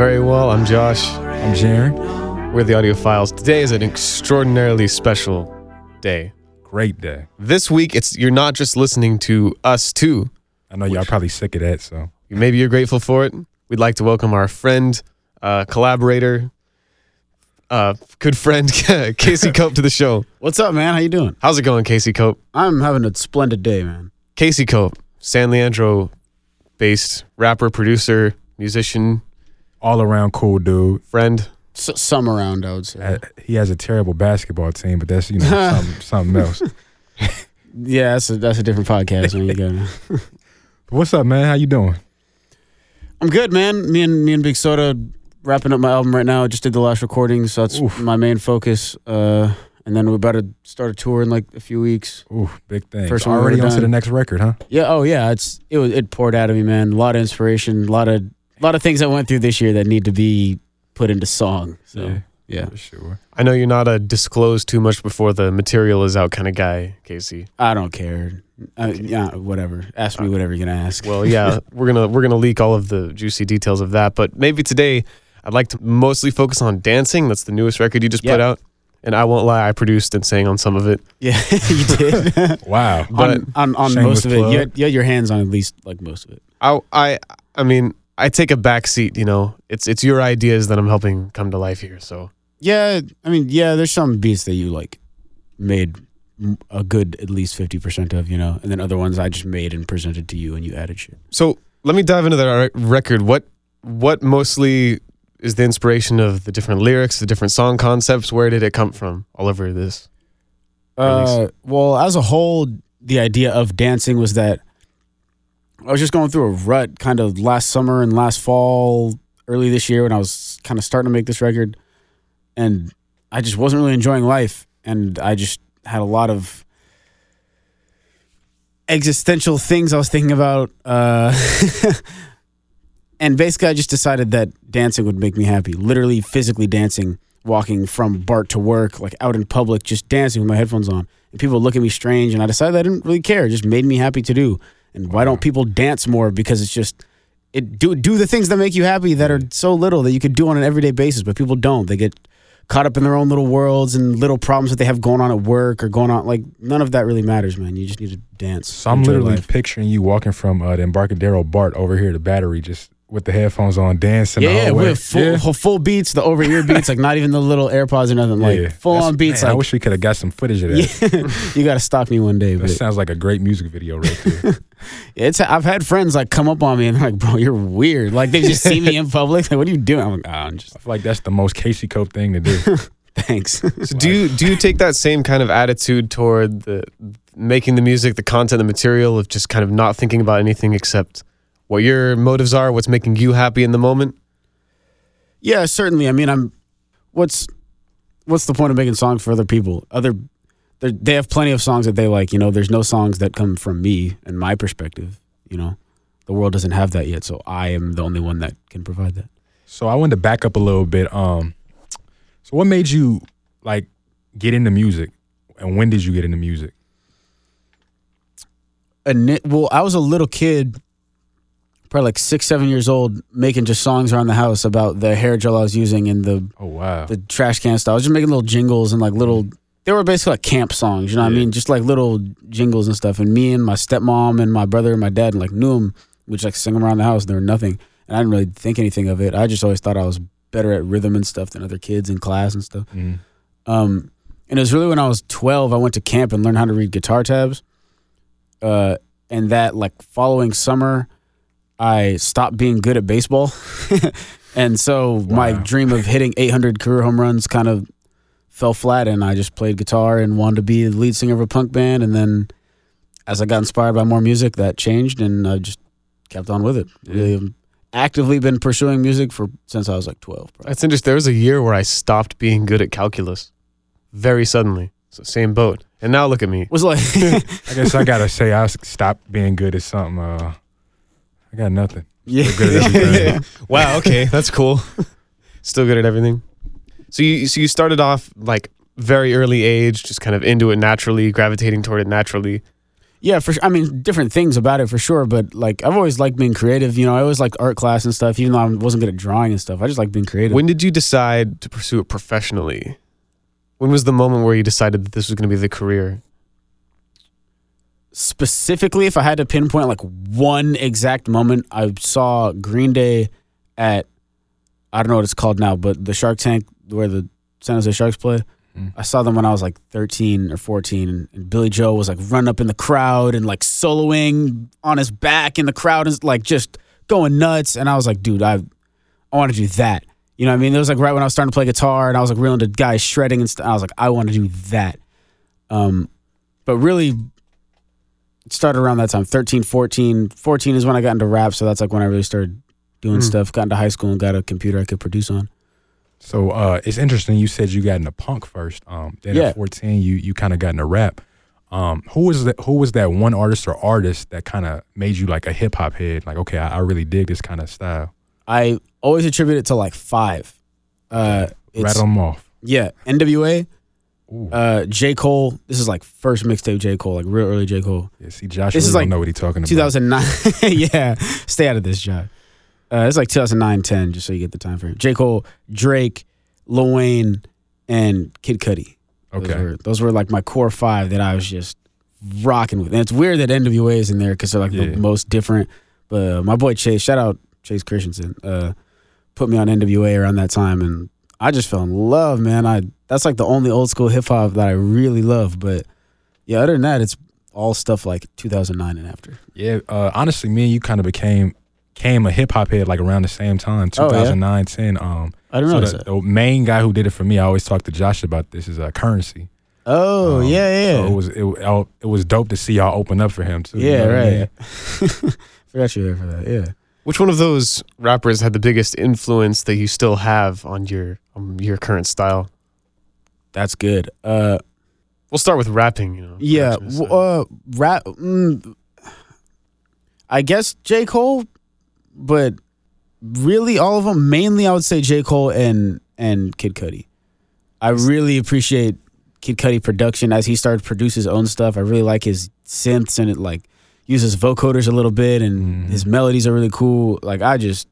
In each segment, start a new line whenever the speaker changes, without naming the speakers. I'm Josh.
I'm Jared.
We're the Audio Files. Today is an extraordinarily special day.
Great day.
This week, it's you're not just listening to us too.
I know y'all probably sick of that, so
Maybe you're grateful for it. We'd like to welcome our friend, uh, collaborator, uh, good friend Casey Cope to the show.
What's up, man? How you doing?
How's it going, Casey Cope?
I'm having a splendid day, man.
Casey Cope, San Leandro based rapper, producer, musician,
all around cool dude.
friend.
S- some around, I would say.
Uh, He has a terrible basketball team, but that's you know something, something else.
yeah, that's a, that's a different podcast. man. You got it.
What's up, man? How you doing?
I'm good, man. Me and me and Big Soda wrapping up my album right now. I just did the last recording, so that's
Oof.
my main focus. Uh, and then we're about to start a tour in like a few weeks.
Ooh, big thing.
First one
already
we've
on
ever
to the
done.
next record, huh?
Yeah. Oh, yeah. It's it was it poured out of me, man. A lot of inspiration. A lot of a lot of things I went through this year that need to be put into song. So yeah.
for sure.
I know you're not a disclose too much before the material is out kind of guy, Casey.
I don't care. Uh, yeah, whatever. Ask me whatever you're gonna ask.
Well, yeah, we're gonna we're gonna leak all of the juicy details of that, but maybe today I'd like to mostly focus on dancing. That's the newest record you just put
Yeah.
out, and I won't lie, I produced and sang on some of it.
yeah, you did.
Wow.
But-
on, on, on
Shameless
most of it,
plug.
you had, you had your hands on at least like most of it.
I I I mean, I take a back seat. You know, it's it's your ideas that I'm helping come to life here. So
Yeah, I mean, yeah, there's some beats that you like made m- a good at least fifty percent of, you know, and then other ones I just made and presented to you, and you added shit.
so let me dive into that re- record. What what mostly is the inspiration of the different lyrics, the different song concepts? Where did it come from? All over this.
Uh, well, as a whole, the idea of dancing was that I was just going through a rut kind of last summer and last fall, early this year when I was kind of starting to make this record. And I just wasn't really enjoying life. And I just had a lot of existential things I was thinking about. Uh, and basically, I just decided that dancing would make me happy. Literally, physically dancing, walking from BART to work, like out in public, just dancing with my headphones on. And people would look at me strange, and I decided I didn't really care. It just made me happy to do. And why don't people dance more? Because it's just. It do do the things that make you happy that are so little that you could do on an everyday basis, but people don't. They get caught up in their own little worlds and little problems that they have going on at work or going on like none of that really matters, man. You just need to dance.
So I'm
enjoy
literally
life.
picturing you walking from uh, the Embarcadero BART over here to Battery, just with the headphones on, dancing.
Yeah,
the whole
yeah,
way.
with full
Yeah.
whole- full beats, the over ear beats, like not even the little AirPods or nothing, like
Yeah.
full
That's-
on beats.
man, I
like
wish we could have got some footage of that.
yeah, you got to stop me one day.
That
But
sounds like a great music video right there.
it's I've had friends like come up on me and they're like, bro, you're weird. Like they just see me in public. Like, what are you doing? I'm like, oh, I'm just
I feel like that's the most Casey Cope thing to do.
thanks.
So do you do you take that same kind of attitude toward the making the music, the content, the material of just kind of not thinking about anything except what your motives are, what's making you happy in the moment?
Yeah, certainly. I mean, I'm. What's What's the point of making songs for other people? Other, they're- they have plenty of songs that they like. You know, there's no songs that come from me and my perspective. You know, the world doesn't have that yet, so I am the only one that can provide that.
So I wanted to back up a little bit. Um, so what made you like get into music, and when did you get into music?
And it- well, I was a little kid, probably like six, seven years old, making just songs around the house about the hair gel I was using and the
Oh wow,
the trash can stuff. I was just making little jingles and like little. They were basically like camp songs, you know what
Yeah.
I mean? Just like little jingles and stuff. And me and my stepmom and my brother and my dad like knew them. We just like sing them around the house. And they were nothing, and I didn't really think anything of it. I just always thought I was better at rhythm and stuff than other kids in class and stuff.
Mm.
Um, and it was really when I was 12, I went to camp and learned how to read guitar tabs. Uh, and that like following summer, I stopped being good at baseball. and so my
Wow.
dream of hitting 800 career home runs kind of fell flat. And I just played guitar and wanted to be the lead singer of a punk band. And then as I got inspired by more music, that changed. And I just kept on with it. Really um, actively been pursuing music for since I was like 12. Probably.
That's interesting. There was a year where I stopped being good at calculus very suddenly. So same boat. And now look at me.
Was like,
I guess I gotta say I s- stopped being good at something. Uh, I got nothing. Good at
yeah.
everything.
Wow, okay, that's cool. Still good at everything. So you so you started off like very early age, just kind of into it naturally, gravitating toward it naturally.
Yeah, for sure. I mean, different things about it for sure, but like I've always liked being creative. You know, I always liked art class and stuff, even though I wasn't good at drawing and stuff. I just like being creative.
When did you decide to pursue it professionally? When was the moment where you decided that this was going to be the career?
Specifically, if I had to pinpoint like one exact moment, I saw Green Day at I don't know what it's called now, but the Shark Tank where the San Jose Sharks play.
Mm.
I saw them when I was like 13 or 14, and, and Billy Joe was like running up in the crowd and like soloing on his back in the crowd and like just going nuts. And I was like, dude, I, I want to do that. You know what I mean? It was like right when I was starting to play guitar and I was like real into guys shredding and stuff. I was like, I want to do that. Um, but really, it started around that time 13, 14. 14 is when I got into rap. So that's like when I really started doing
Mm.
stuff, got into high school and got a computer I could produce on.
So uh, it's interesting. You said you got into punk first. Um, then
Yeah.
at fourteen, you you kind of got into rap. Um, who was that? Who was that one artist or artist that kind of made you like a hip hop head? Like, okay, I, I really dig this kind of style.
I always attribute it to like five. Uh, it's,
Rattle them off.
Yeah, NWA,
Ooh.
uh, J. Cole. This is like first mixtape J. Cole, like real early J. Cole.
yeah, see, Josh,
this
really
is
don't
like
know what he's talking about.
2009. yeah, stay out of this, John. Uh, it's like 2009, 10, just so you get the time frame. J. Cole, Drake, Lil Wayne, and Kid Cudi. Those
Okay,
were, those were like my core five that I was just rocking with. And it's weird that NWA is in there because they're like
Yeah.
the most different. But uh, my boy Chase, shout out Chase Christensen, uh, put me on NWA around that time, and I just fell in love, man. I that's like the only old school hip hop that I really love. But yeah, other than that, it's all stuff like 2009 and after.
yeah. Uh, honestly, me and you kind of became came a hip hop head like around the same time,
Oh, yeah?
2009, 10. Um,
I don't
so
know.
the, the main guy who did it for me, I always talk to Josh about this. Is uh, currency.
oh
Um,
yeah, yeah,
So it was it, I- it was dope to see y'all open up for him too. you
yeah,
know what I mean?
right. Forgot you were there for that. Yeah.
Which one of those rappers had the biggest influence that you still have on your on your current style?
That's good. Uh,
We'll start with rapping, you know.
Yeah,
Just,
w- uh, rap. Mm, I guess J Cole, but really all of them. Mainly, I would say J Cole and and Kid Cudi. I really appreciate Kid Cudi production as he started to produce his own stuff. I really like his synths and it like uses vocoders a little bit, and
Mhm.
Mm-hmm.
his melodies are really cool. Like I just.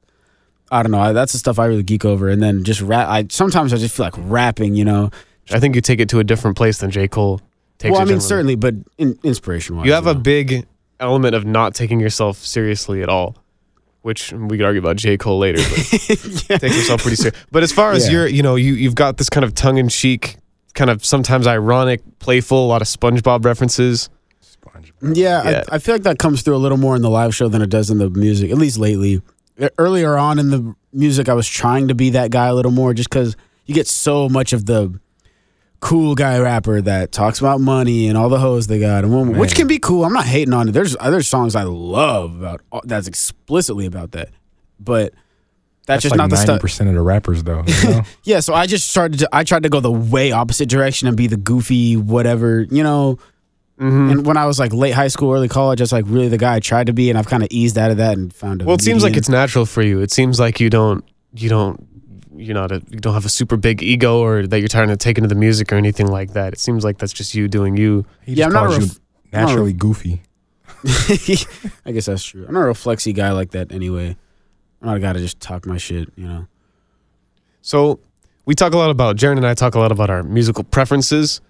I don't know. I, that's the stuff I really geek over, and then just rap. I sometimes I just feel like rapping, you know.
I think you take it to a different place than J. Cole takes
well, I mean,
it generally.
certainly, but in, inspiration wise,
You have a big element of not taking yourself seriously at all, which we could argue about J. Cole later, but takes himself pretty serious. But as far as
Yeah.
your, you know, you you've got this kind of tongue in cheek, kind of sometimes ironic, playful, a lot of SpongeBob references.
SpongeBob.
Yeah,
Yeah.
I, I feel like that comes through a little more in the live show than it does in the music, at least lately. E- Earlier on in the music, I was trying to be that guy a little more just because you get so much of the cool guy rapper that talks about money and all the hoes they got, and women, which
Man.
can be cool. I'm not hating on it. There's other songs I love about that's explicitly about that, but that's,
That's
just
like
not the stuff.
percent of the rappers though. You know?
Yeah, so I just started to, I tried to go the way opposite direction and be the goofy, whatever, you know.
Mhm.
And when I was like late high school, early college, that's like really the guy I tried to be, and I've kind of eased out of that and found a.
Well, it seems like
median.
it's natural for you. It seems like you don't you don't you're not a you don't have a super big ego or that you're trying to take into the music or anything like that. It seems like that's just you doing you.
He just
Yeah, I'm not a
calls
ref-
you naturally goofy.
I guess that's true. I'm not a real flexy guy like that anyway. I'm not a guy to just talk my shit, you know.
So we talk a lot about Jaron and I talk a lot about our musical preferences,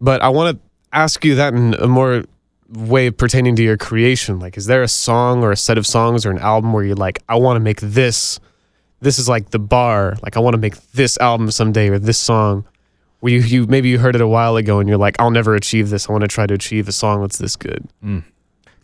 but I want to ask you that in a more way pertaining to your creation. Like, is there a song or a set of songs or an album where you're like, I want to make this? This is like the bar. Like, I want to make this album someday or this song. Where you, you maybe you heard it a while ago and you're like, I'll never achieve this. I want to try to achieve a song that's this good.
The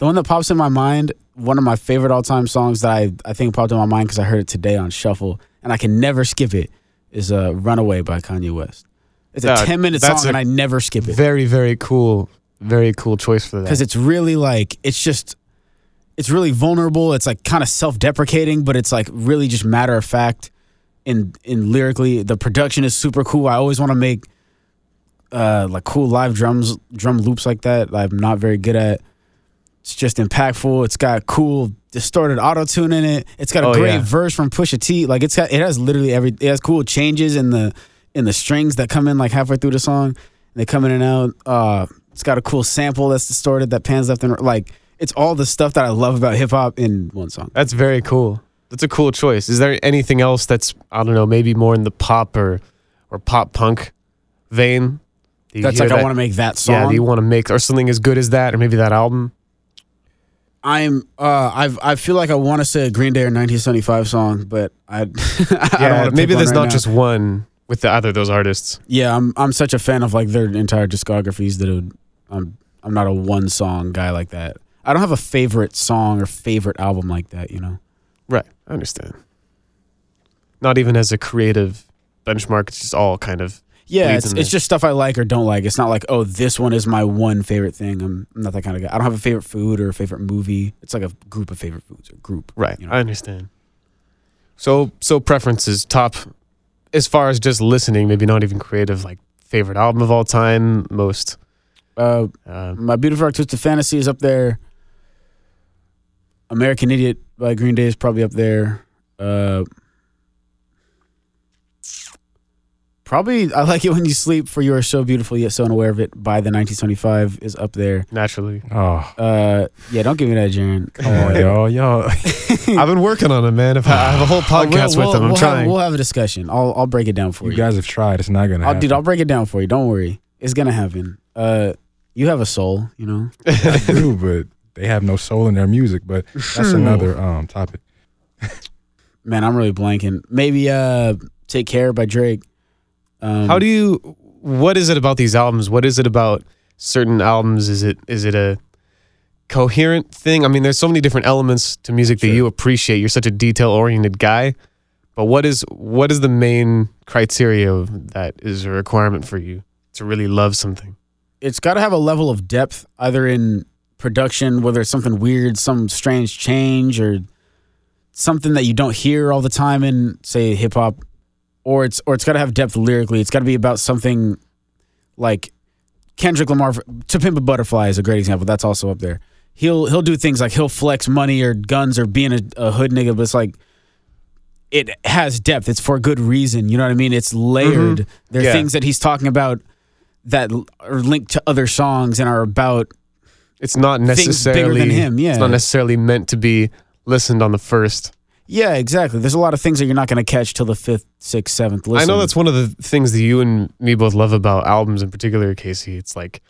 one that pops in my mind, one of my favorite all time songs that I, I think popped in my mind because I heard it today on Shuffle, and I can never skip it, is uh, Runaway by Kanye West. It's a
Yeah,
10 minute
Uh, that's
song, and
a-
I never skip it.
Very, very cool. Very cool choice for that.
because it's really like it's just it's really vulnerable it's like kind of self-deprecating but it's like really just matter of fact and in lyrically the production is super cool i always want to make uh like cool live drums drum loops like that that i'm not very good at it's just impactful it's got cool distorted auto tune in it it's got a
Oh,
great
yeah.
verse from pusha t like it's got it has literally every it has cool changes in the in the strings that come in like halfway through the song and they come in and out uh It's got a cool sample that's distorted that pans left and right. Like it's all the stuff that I love about hip hop in one song.
That's very cool. That's a cool choice. Is there anything else that's I don't know, maybe more in the pop or or pop punk vein? Do you
That's
hear
like I
that-
want to make that song.
Yeah, do you want to make or something as good as that or maybe that album?
I'm uh I've I feel like I want to say a Green Day or 1975 song, but I, I don't
Yeah,
wanna pick
maybe
one
there's
right
not
now.
just one with the either of those artists.
yeah. I'm I'm such a fan of like their entire discographies that it would, I'm I'm not a one song guy like that. I don't have a favorite song or favorite album like that. You know,
Right. I understand. Not even as a creative benchmark, it's just all kind of
yeah,
Bleeds
it's,
in
it's
there.
just stuff I like or don't like. It's not like oh this one is my one favorite thing. I'm, I'm not that kind of guy. I don't have a favorite food or a favorite movie. It's like a group of favorite foods or group.
Right.
you know?
I understand. So so preferences top as far as just listening, maybe not even creative, like favorite album of all time, most
Uh,
uh,
My Beautiful Dark Twisted Fantasy is up there. American Idiot by Green Day is probably up there. Uh, probably I Like It When You Sleep for You Are So Beautiful Yet So Unaware of It by the 1975 is up there.
naturally.
Oh,
Uh, yeah, don't give me that, Jaren.
come on, y'all, y'all.
I've been working on them, man. I've- I have a whole
Oh, we'll-
podcast
we'll-
with them. I'm
we'll have-
trying.
we'll have a discussion. I'll I'll break it down for you.
You guys have tried. It's not gonna.
I'll,
happen.
Oh, dude, I'll break it down for you. Don't worry, it's gonna happen. Uh, you have a soul, you know.
I do, but they have no soul in their music. But that's another um topic.
Man, I'm really blanking. Maybe uh Take Care by Drake. Um,
How do you what is it about these albums? What is it about certain albums? Is it is it a coherent thing? I mean, there's so many different elements to music that you appreciate. You're such a detail oriented guy. But what is what is the main criteria that is a requirement for you to really love something?
it's got to have a level of depth either in production whether it's something weird, some strange change or something that you don't hear all the time in say hip hop or it's or it's got to have depth lyrically. It's got to be about something like Kendrick Lamar To Pimp a Butterfly is a great example. That's also up there. He'll he'll do things like he'll flex money or guns or being a, a hood nigga, but it's like it has depth. It's for good reason. You know what I mean? It's layered. There are
Mm-hmm. Yeah.
things that he's talking about that l- are linked to other songs and are about
It's not
bigger
necessarily
than him, yeah.
It's not necessarily meant to be listened on the first.
yeah, exactly. There's a lot of things that you're not going to catch till the fifth, sixth, seventh. Listen.
I know that's one of the things that you and me both love about albums in particular, Casey. It's like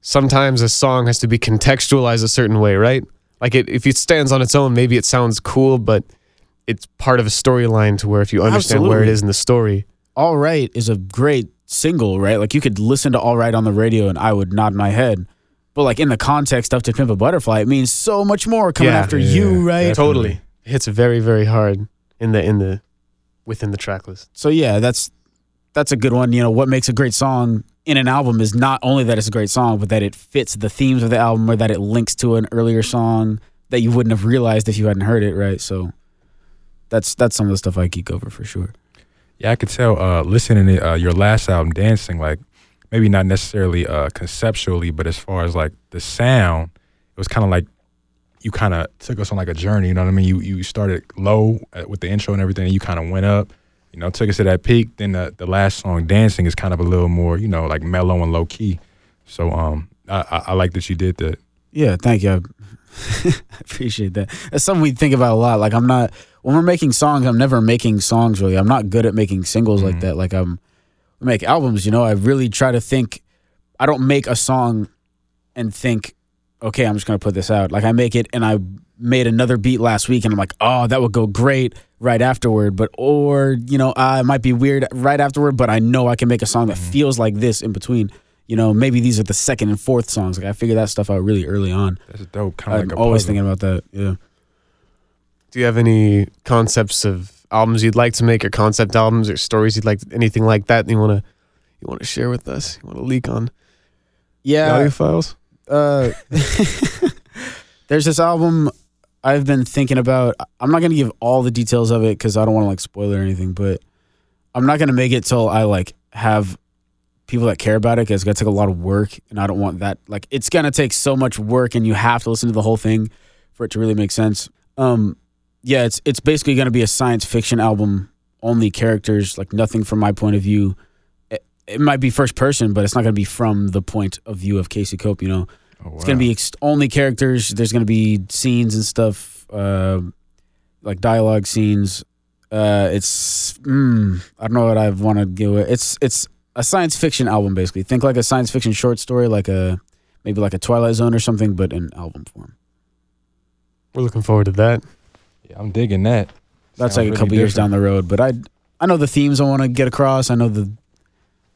sometimes a song has to be contextualized a certain way, right? Like it, if it stands on its own, maybe it sounds cool, but it's part of a storyline to where if you understand where it
Absolutely.
is in the story,
All Right is a great single, right? Like you could listen to All Right on the radio and I would nod my head. But like in the context of To Pimp a Butterfly, it means so much more coming
Yeah.
after
Yeah,
you, right?
definitely.
totally it hits very, very hard in the in the within the track list.
So yeah, that's that's a good one. You know, what makes a great song in an album is not only that it's a great song, but that it fits the themes of the album or that it links to an earlier song that you wouldn't have realized if you hadn't heard it, right? So that's that's some of the stuff I geek over for sure.
Yeah, I could tell. Uh, listening to uh, your last album, dancing, like maybe not necessarily uh, conceptually, but as far as like the sound, it was kind of like you kind of took us on like a journey. You know what I mean? You you started low uh with the intro and everything, and you kind of went up. You know, took us to that peak. Then the the last song, dancing, is kind of a little more, you know, like mellow and low key. So um, I I, I like that you did that.
Yeah, thank you. I I appreciate that. That's something we think about a lot. Like I'm not when we're making songs, I'm never making songs really. I'm not good at making singles like that. Like I'm I make albums, you know. I really try to think I don't make a song and think, okay, I'm just gonna put this out. Like I make it and I made another beat last week and I'm like, oh, that would go great right afterward. But or, you know, I might be weird right afterward, but I know I can make a song that feels like this in between. You know, maybe these are the second and fourth songs. Like I figure that stuff out really early on.
That's dope. Kind
I'm
of like a
always
puzzle.
thinking about that. Yeah.
Do you have any concepts of albums you'd like to make, or concept albums, or stories you'd like, anything like that? That you want to you want to share with us? You want to leak on
Yeah.
audio files?
Uh, there's this album I've been thinking about. I'm not gonna give all the details of it because I don't want to like spoil it or anything. But I'm not gonna make it till I like have people that care about it because it's gonna take a lot of work, and I don't want that. Like it's gonna take so much work, and you have to listen to the whole thing for it to really make sense. Um, yeah, it's it's basically gonna be a science fiction album. Only characters, like nothing from my point of view. E- it might be first person, but it's not going to be from the point of view of Casey Cope. You know,
Oh,
it's going to be ex- only characters. There's going to be scenes and stuff, uh, like dialogue scenes. Uh, it's mm, I don't know what I want to give it. It's it's a science fiction album basically. Think like a science fiction short story, like a maybe like a Twilight Zone or something, but in album form.
We're looking forward to that.
Yeah, I'm digging that.
That's
Sounds
like a
really
couple years
different.
down the road, but I I know the themes I want to get across. I know the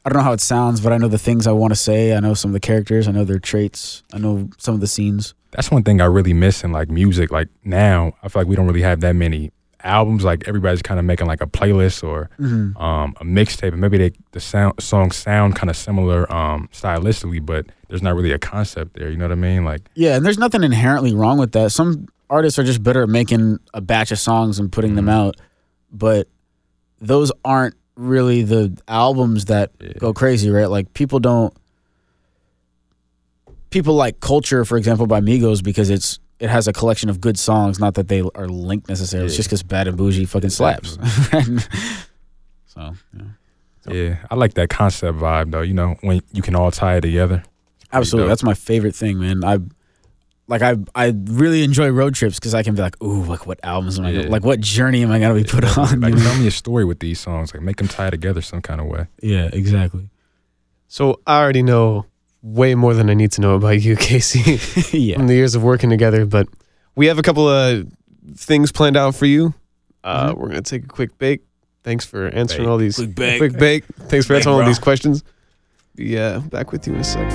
I don't know how it sounds, but I know the things I want to say. I know some of the characters. I know their traits. I know some of the scenes.
That's one thing I really miss in like music. Like now, I feel like we don't really have that many albums. Like everybody's kind of making like a playlist or
Mm-hmm.
um, a mixtape, and maybe they, the sound songs sound kind of similar um, stylistically, but there's not really a concept there. You know what I mean? Like
Yeah, and there's nothing inherently wrong with that. Some artists are just better at making a batch of songs and putting
Mm.
them out, but those aren't really the albums that
Yeah.
go crazy, right? Like people don't people like Culture, for example, by Migos because it's it has a collection of good songs, not that they are linked necessarily. It's
Yeah.
just because Bad and Bougie fucking slaps. so, yeah.
Yeah, I like that concept vibe though. You know, when you can all tie it together.
Absolutely,
dope.
that's my favorite thing, man. I like I I really enjoy road trips because I can be like, ooh, like what albums am I gonna,
Yeah.
like what journey am I gonna be put on?
Like,
you know?
tell me a story with these songs. Like, make them tie together some kind of way.
Yeah, exactly.
So I already know way more than I need to know about you, Casey,
yeah,
from the years of working together. But we have a couple of things planned out for you. Uh, We're gonna take a quick bake. Thanks for answering
Bake.
all these
Quick bake.
Quick bake. Thanks for
Bake,
answering all
bro.
these questions. Yeah, back with you in a sec.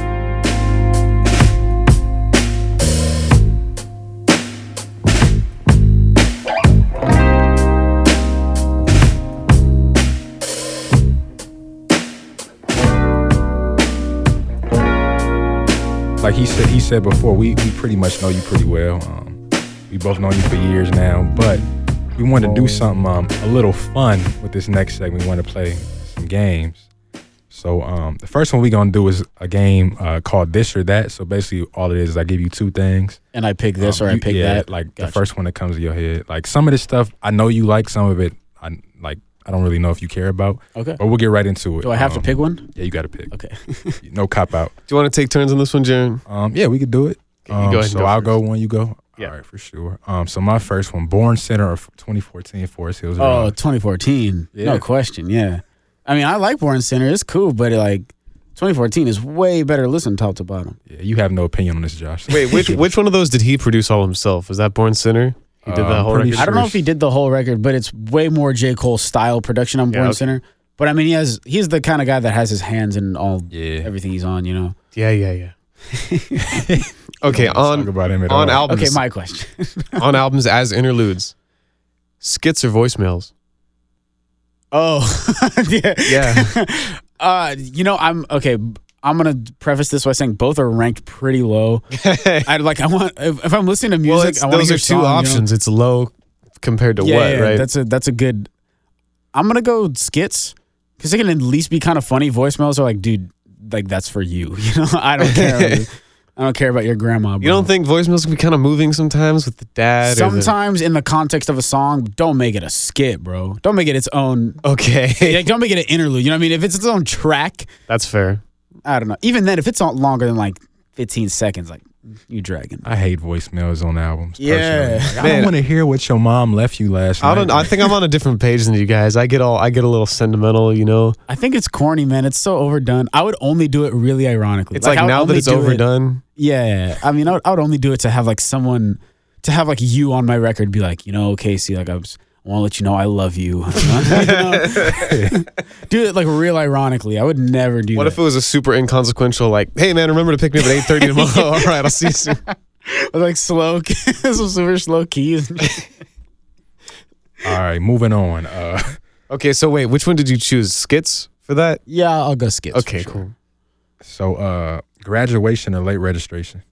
Like he said, he said before, we we pretty much know you pretty well. Um, we both know you for years now, but we wanted to do something um, a little fun with this next segment. We want to play some games. So um, the first one we gonna do is a game uh, called This or That. So basically, all it is is I give you two things.
and I pick this
Um,
or I
you-
pick
yeah,
that.
Like
Gotcha.
the first one that comes to your head. Like some of this stuff, I know you like. Some of it, I like. I don't really know if you care about.
Okay.
But we'll get right into it.
Do I have to
Um,
pick one?
Yeah, you got to pick.
Okay.
No cop out.
Do you want to take turns on this one, Jaron?
Um, yeah, we could do it.
Okay, you
Um,
go ahead and
so
go
I'll
first.
go when you go.
Yeah.
All right, for sure. Um, so my first one, Born Center of 2014, Forest Hills. Um,
Oh,
Arizona.
2014. No
Yeah.
question. Yeah, I mean, I like Born Center. It's cool, but like 2014 is way better. Listen, top to bottom.
yeah, you have no opinion on this, Josh.
Wait, which which one of those did he produce all himself? Was that Born Sinner? He did
Uh,
that whole
pretty
record.
I don't know
Sure.
if he did the whole record, but it's way more J. Cole style production on
Yeah,
Born
okay.
Center. But I mean, he has he's the kind of guy that has his hands in all
Yeah.
everything he's on. You know.
Yeah, yeah, yeah. okay,
Don't wanna
on
talk about him at
on
all.
albums
Okay, my question.
on albums as interludes, skits or voicemails.
Oh, yeah.
Yeah.
Uh, you know, I'm okay. b- I'm gonna preface this by saying both are ranked pretty low. I like. I want if, if I'm listening to
well,
music,
it's,
I want to
those
hear
are two
song, you know?
options. It's low compared to
yeah,
what,
yeah,
right?
That's a that's a good. I'm gonna go skits because they can at least be kind of funny. Voicemails are like, dude, like that's for you. You know, I don't care. I don't care about your grandma.
you don't think voicemails can be kind of moving sometimes with the dad? or the-
Sometimes in the context of a song, don't make it a skit, bro. Don't make it its own.
okay,
Like, don't make it an interlude. You know what I mean? If it's its own track,
that's fair.
I don't know. Even then, if it's not longer than like 15 seconds, like you dragging.
I hate voicemails on albums.
Yeah.
personally. Like, I
Man.
don't want to hear what your mom left you last night.
I don't. I think I'm on a different page than you guys. I get all. I get a little sentimental, you know.
I think it's corny, man. It's so overdone. I would only do it really ironically.
It's like,
I would
now that
only
it's
do it-
overdone.
yeah, I mean, I would, I would only do it to have like someone to have like you on my record, be like, you know, Casey, like I was. I want to let you know I love you. You know? do it like real ironically. I would never do
What if
that.
it was a super inconsequential? Like, hey man, remember to pick me up at 8:30 tomorrow. all right, I'll see you soon.
With, like slow, some super slow keys.
All right, moving on. Uh,
Okay, so wait, which one did you choose? Skits for that?
yeah, I'll go skits. for
okay,
sure.
cool.
so uh, graduation or late registration?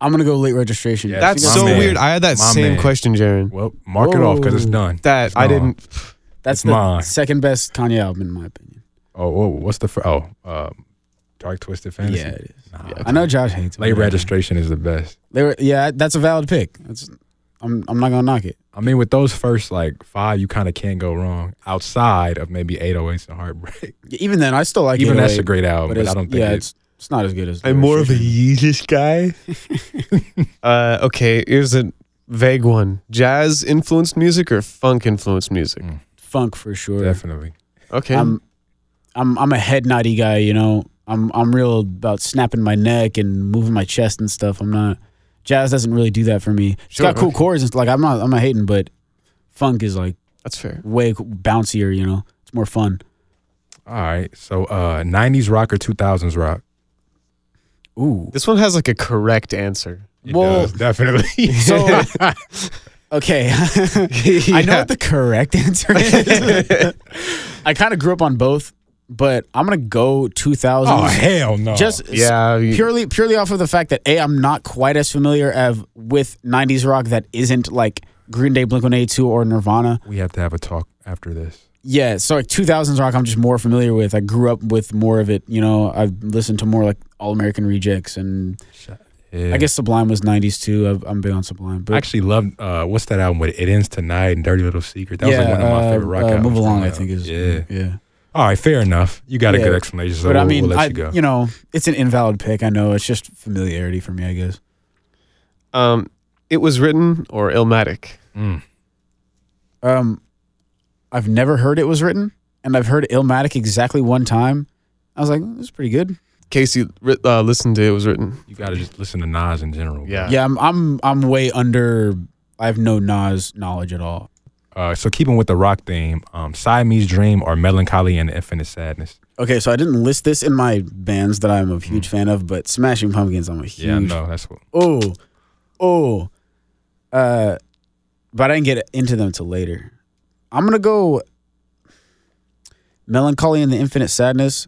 I'm gonna go late registration.
Yeah,
I
That's
think
my
so
man.
weird. I had that
My
same
man.
question, Jaron.
Well, mark it off because it's
Whoa.
done.
That
It's
I
gone.
didn't.
That's
It's
the
mine.
second best Kanye album in my opinion.
Oh, whoa, what's the fir- oh? Uh, Dark Twisted Fantasy.
Yeah, it is.
Nah.
I know Josh hates it.
Late registration is the best.
They were, yeah, that's a valid pick. That's, I'm I'm not gonna knock it.
I mean, with those first like five, you kind of can't go wrong outside of maybe 808s and Heartbreak.
Y- Even then, I still like
Even
it,
that's
like,
a great album, but, I
it's-
don't think
yeah,
it's.
it's it's not as good as.
I'm more of a Yeezus guy. uh, okay, here's a vague one: jazz influenced music or funk influenced music?
funk for sure.
Definitely.
Okay,
I'm I'm I'm a head knotty guy, you know. I'm I'm real about snapping my neck and moving my chest and stuff. I'm not jazz doesn't really do that for me. It's
Sure,
got cool
okay.
chords and like I'm not I'm not hating, but funk is like
that's fair.
way co- bouncier, you know. It's more fun.
All right. So uh, 90s rock or 2000s rock?
Ooh.
This one has like a correct answer.
Well-
does, definitely.
So okay. I know what the correct answer is. I kind of grew up on both, but I'm going to go 2000s.
oh, hell no.
Just
Yeah, you-
purely purely off of the fact that a I'm not quite as familiar av- with '90s rock that isn't like Green Day, Blink One Eight Two, or Nirvana.
we have to have a talk after this.
Yeah, so like 2000s rock, I'm just more familiar with. I grew up with more of it. You know, I've listened to more like All American Rejects, and
Yeah.
I guess Sublime was '90s too. I've, I'm big on Sublime,
I
but
actually loved uh, what's that album with It Ends Tonight and Dirty Little Secret. That
yeah,
was like one of my
uh,
favorite rock
uh,
albums.
Move along,
growing
I
up.
think is
Yeah.
yeah.
All right, fair enough. You got a
Yeah.
good explanation. So
but
we'll,
I mean,
we'll let
I
you go.
you know, it's an invalid pick. I know it's just familiarity for me. I guess
um, it was written or Illmatic.
Mm.
Um, I've never heard it was written, and I've heard Illmatic exactly one time. I was like, "That's pretty good."
Casey ri- uh, listened to it was written.
You got to just listen to Nas in general.
Yeah.
Yeah, I'm I'm I'm way under. I have no Nas knowledge at all.
Uh, so keeping with the rock theme, um, Siamese Dream or Melancholy and Infinite Sadness.
Okay, so I didn't list this in my bands that I'm a huge fan of, but Smashing Pumpkins, I'm a huge.
Hmm. Yeah, no, that's what.
Oh, oh, uh, but I didn't get into them till later. I'm gonna go Melancholy and the Infinite Sadness,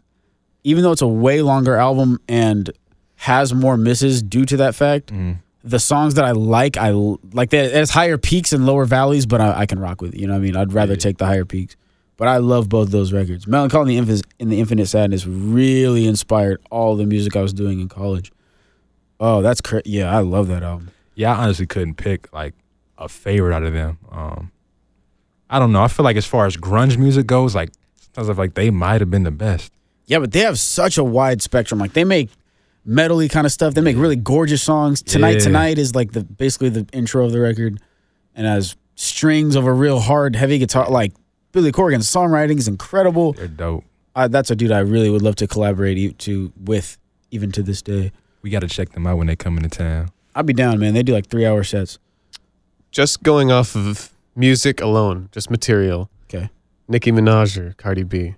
even though it's a way longer album and has more misses due to that fact.
Mm.
The songs that I like, I l- like that it has higher peaks and lower valleys, but I, I can rock with it. You know what I mean? I'd rather take the higher peaks. But I love both those records. Melancholy and the, Infin- and the Infinite Sadness really inspired all the music I was doing in college. Oh, that's cra- yeah, I love that album.
Yeah, I honestly couldn't pick like a favorite out of them. Um, I don't know. I feel like as far as grunge music goes, like sometimes I feel like they might have been the best.
Yeah, but they have such a wide spectrum. Like they make metally kind of stuff. They make really gorgeous songs. Tonight,
Yeah.
tonight is like the basically the intro of the record, and has strings of a real hard, heavy guitar. Like Billy Corgan's songwriting is incredible.
They're dope.
I, that's a dude I really would love to collaborate e- to with, even to this day.
We got to check them out when they come into town.
I'd be down, man. They do like three hour sets.
Just going off of music alone, just material.
Okay.
Nicki Minaj or Cardi B.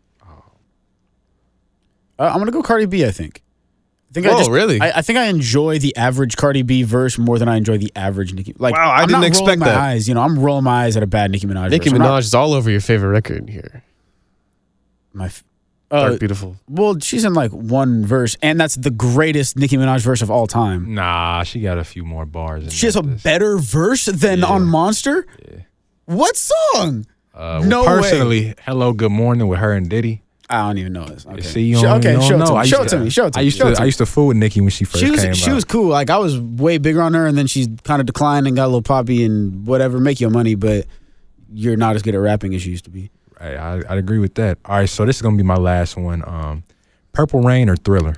Uh, I'm gonna go Cardi B. I think. I think I
Whoa,
just,
really?
I, I think I enjoy the average Cardi B verse more than I enjoy the average Nicki. Like,
Wow, I
I'm
didn't
not
expect
rolling my
that.
Eyes, you know, I'm rolling my eyes at a bad Nicki Minaj.
Nicki
verse. I'm
Minaj
not-
is all over your favorite record here.
my. F-
Dark
uh,
Beautiful.
well, she's in like one verse, and that's the greatest Nicki Minaj verse of all
Mm,
time.
Nah, she got a few more bars. In
She has a
that list.
better verse than
Yeah.
on Monster.
Yeah.
What song?
Uh, no
No way.
personally, hello, good morning with her and Diddy.
I don't even know this. Okay,
See, you
Sh-
don't,
okay,
you don't
show it
know.
to
I
me.
used
Show it to me. Show it to
I
me.
used
show it
to,
to
I
me.
used to fool with Nicki when she first
she was
came
she
out.
was cool. Like I was way bigger on her, and then she kind of declined and got a little poppy and whatever. Make your money, but you're not as good at rapping as you used to be.
Right, I, I agree with that. All right, so this is gonna be my last one. Um, Purple Rain or Thriller?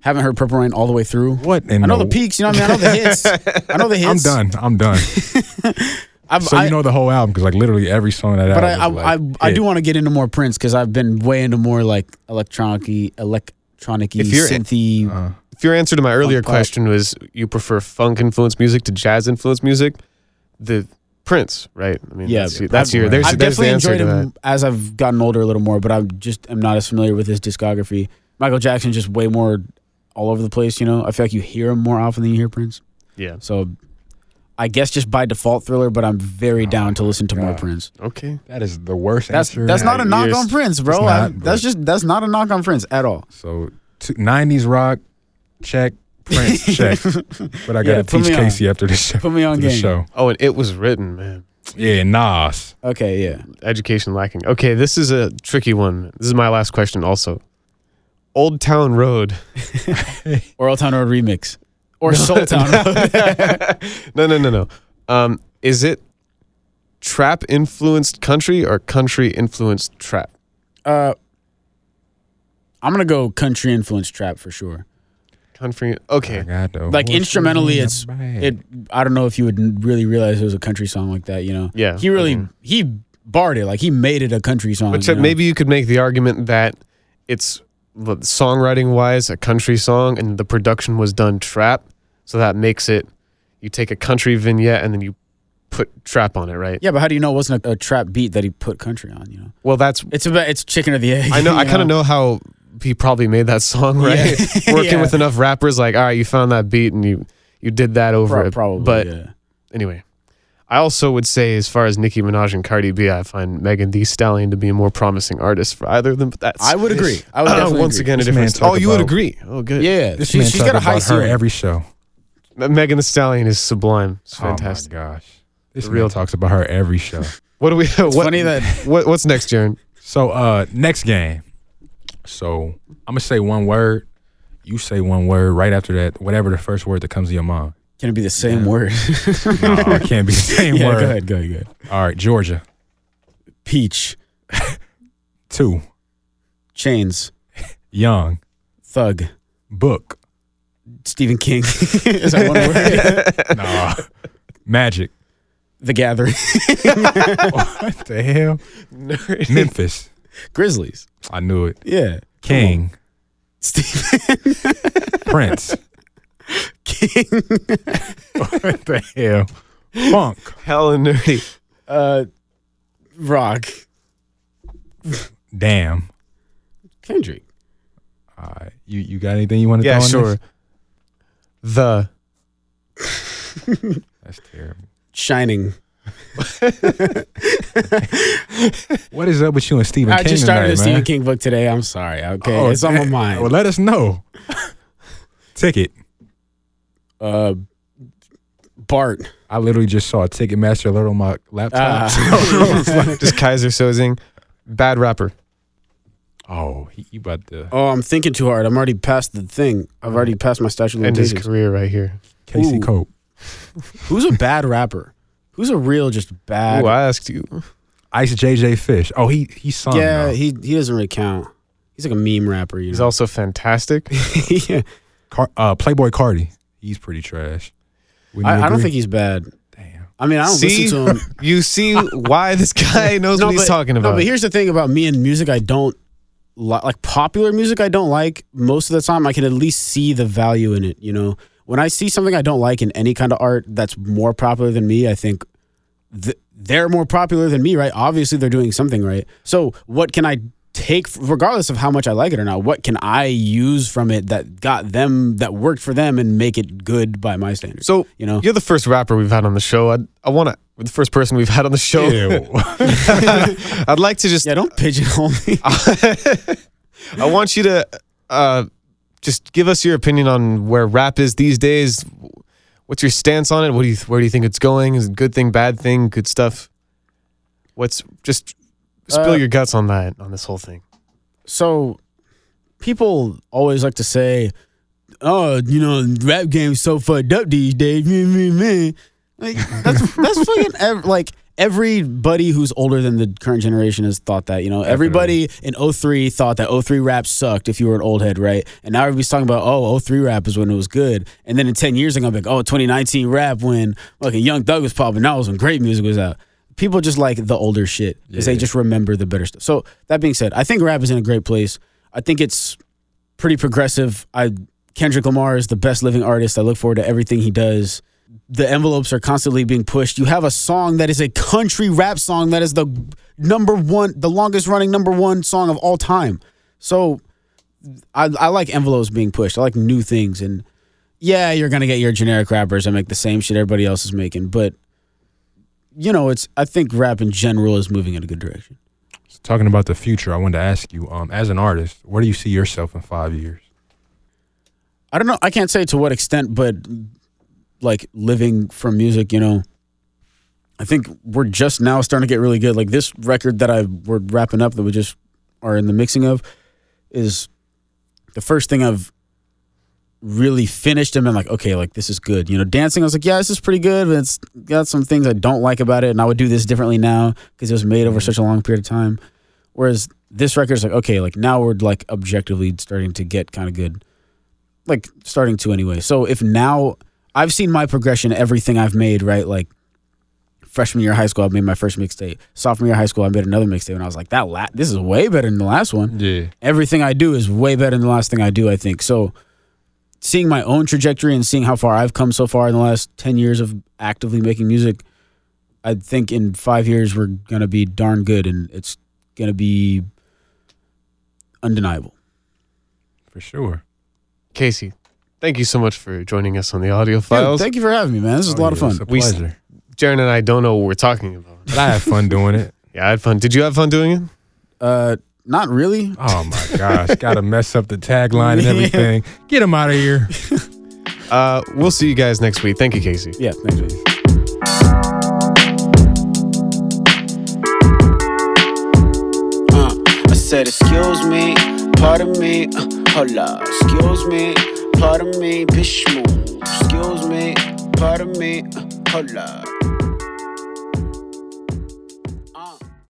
Haven't heard Purple Rain all the way through.
What? In
I know the peaks. You know what I mean. I know the hits. I know the hits.
I'm done. I'm done.
I've,
so
I,
you know the whole album because like literally every song that.
but I I,
album is, like,
I, I
hit.
do want to get into more Prince because I've been way into more like electronic-y, electronic-y,
If you're-
synthy.
Uh,
If your answer to my earlier
Funk pop.
question was you prefer funk influenced music to jazz influenced music, the Prince, right? I mean,
Yeah,
that's,
yeah,
that's your.
Purple
There's,
Rain.
I've
there's the
definitely
answer
enjoyed
to
him as I've gotten older a little more, but I'm just I'm not as familiar with his discography. Michael Jackson just way more all over the place. You know, I feel like you hear him more often than you hear Prince.
that. Yeah.
So I guess just by default, Thriller. But I'm very down to listen to more
God.
Prince.
Okay.
that is the worst.
That's
answer
that's
I-
not a knock
years.
on Prince, bro.
It's
I-
not, but-
that's just that's not a knock on Prince at all.
So t- 90s rock, check. Prince, check. But I gotta
Yeah, put
teach
me on.
Casey after this show.
Put me on
after this
game.
show.
Oh, and it was written, man.
Yeah, Nas.
Okay, yeah.
Education lacking. Okay, this is a tricky one. This is my last question also. Old Town Road.
Or Old Town Road remix, or Soul Town Road.
no, no, no, no. Um, is it trap influenced country or country influenced trap?
Uh, I'm gonna go country influence trap for sure.
Country. Okay.
I got the
Like
horse
instrumentally,
in the
it's
bag.
it. I don't know if you would n- really realize it was a country song like that. You know.
Yeah,
He really
mhm.
he barred it like he made it a country song.
But
you
so
know?
maybe you could make the argument that it's songwriting wise a country song and the production was done trap. So that makes it, you take a country vignette and then you put trap on it, right?
Yeah, but how do you know it wasn't a, a trap beat that he put country on? You know.
Well, that's,
It's about it's chicken or the egg.
I know,
you
I kind of know how he probably made that song, right?
Yeah.
Working
Yeah.
with enough rappers, like, all right, you found that beat and you, you did that over
Pro-
it.
probably.
But
yeah.
anyway, I also would say, as far as Nicki Minaj and Cardi B, I find Megan Thee Stallion to be a more promising artist for either of them. But that's
I would agree. I would definitely
once
agree.
again a
This man
different.
talk
Oh, you would
about-
agree. Oh, good.
Yeah,
This
she,
man
she's
talk
got a high
about her
ceiling.
every show.
M- Megan Thee Stallion is sublime. It's fantastic.
Oh my gosh. This
Real-
real talks about her every show.
what do we? what,
funny that-
What, what's next, Jaron?
so uh next game. So I'm gonna say one word. You say one word right after that, whatever the first word that comes to your mind.
Can it be the same word?
No, it can't be the same
yeah,
word.
go ahead, go ahead, go ahead.
All right, Georgia.
Peach,
Two.
chains,
Young.
thug,
Book.
Stephen King. Is that one word?
Nah. Magic.
the Gathering,
what the hell? Memphis.
Grizzlies.
I knew it.
Yeah,
King.
Stephen
Prince.
King.
what the hell? Funk.
Hell and nerdy.
Uh, rock,
Damn.
Kendrick.
All right. You you got anything you want to
Yeah,
throw in
sure.
this?
The
That's terrible.
Shining.
What is up with you and Stephen
I
King
just started
tonight,
the
man?
Stephen King book today. I'm sorry. Okay,
Oh,
it's on my
eh,
mind.
Well, let us know. Ticket.
Uh, Bart.
I literally just saw a Ticketmaster alert on my laptop.
Ah.
just Kaiser Sozing, bad rapper.
oh, he, you about to
oh, I'm thinking too hard. I'm already past the thing. I've already passed my statute of
End his
limitations.
career right here.
Casey
Ooh.
Cope.
Who's a bad rapper? Who's a real just bad?
Ooh, I asked you.
Ice JJ Fish. Oh, he he sung.
yeah,
though.
he he doesn't really count. He's like a meme rapper, you
He's
know.
also fantastic.
yeah.
Car- uh, Playboy Cardi. He's pretty trash. Wouldn't you
I, I don't
agree?
think he's bad.
Damn.
I mean, I don't
See?
listen to him.
You see why this guy knows what he's
but,
talking about.
No, but here's the thing about me and music. I don't li- like popular music. I don't like most of the time. I can at least see the value in it. You know, when I see something I don't like in any kind of art that's more popular than me, I think th- they're more popular than me, right? Obviously, they're doing something right. So, what can I take, f- regardless of how much I like it or not? What can I use from it that got them, that worked for them, and make it good by my standards?
so
you know,
You're the first rapper we've had on the show. I, I want to, the first person we've had on the show.
Ew.
I'd like to just,
yeah, don't pigeonhole me.
I want you to uh, just give us your opinion on where rap is these days. What's your stance on it? What do you, where do you think it's going? Is it good thing, bad thing, good stuff? What's just spill
Uh,
your guts on that, on this whole thing.
so people always like to say, "Oh, you know, rap game's so fucked up these days." Me, me, me. Like that's that's fucking ev- like everybody who's older than the current generation has thought that. You know, everybody in 03 thought that 03 rap sucked if you were an old head, right? And now everybody's talking about, "Oh, 03 rap is when it was good," and then in ten years they're gonna be like, "Oh, 2019 rap when fucking Young Thug was popping, that was when great music was out." People just like the older shit because they
Yeah.
just remember the better stuff. So that being said, I think rap is in a great place. I think it's pretty progressive. I Kendrick Lamar is the best living artist. I look forward to everything he does. The envelopes are constantly being pushed. You have a song that is a country rap song that is the number one, the longest running number one song of all time. So I, I like envelopes being pushed. I like new things. And yeah, you're going to get your generic rappers that make the same shit everybody else is making. But, you know, it's, I think rap in general is moving in a good direction.
Talking about the future, I wanted to ask you, um, as an artist, where do you see yourself in five years?
I don't know. I can't say to what extent, but like living from music, you know, I think we're just now starting to get really good. Like this record that I we're wrapping up that we just are in the mixing of is the first thing I've really finished them and like, okay, like this is good. You know, dancing, I was like, yeah, this is pretty good, but it's got some things I don't like about it, and I would do this differently now because it was made over such a long period of time. Whereas this record's like, okay, like now we're like objectively starting to get kind of good, like starting to anyway. So if now I've seen my progression, everything I've made, right, like. Freshman year of high school, I made my first mixtape. Sophomore year of high school, I made another mixtape, and I was like, "That la- this is way better than the last one."
Yeah.
everything I do is way better than the last thing I do, I think. So seeing my own trajectory and seeing how far I've come so far in the last 10 years of actively making music, I think in five years we're going to be darn good and it's going to be undeniable.
for sure.
Casey, thank you so much for joining us on the audio
Yo,
files.
thank you for having me, man. This is a
Oh,
lot
yeah,
of
It's a
fun.
We s-
pleasure.
Jaron and I don't know what we're talking about.
But I had fun doing it.
Yeah, I had fun. Did you have fun doing it?
Uh, not really.
Oh my gosh, got to mess up the tagline and
Yeah.
everything. Get him out of here.
Uh, we'll see you guys next week. Thank you, Casey.
Yeah, thanks. man.
Uh, I said, excuse me, pardon me, uh, hold up. Excuse me, pardon me, bitch move. Excuse me, pardon me, uh, hold up.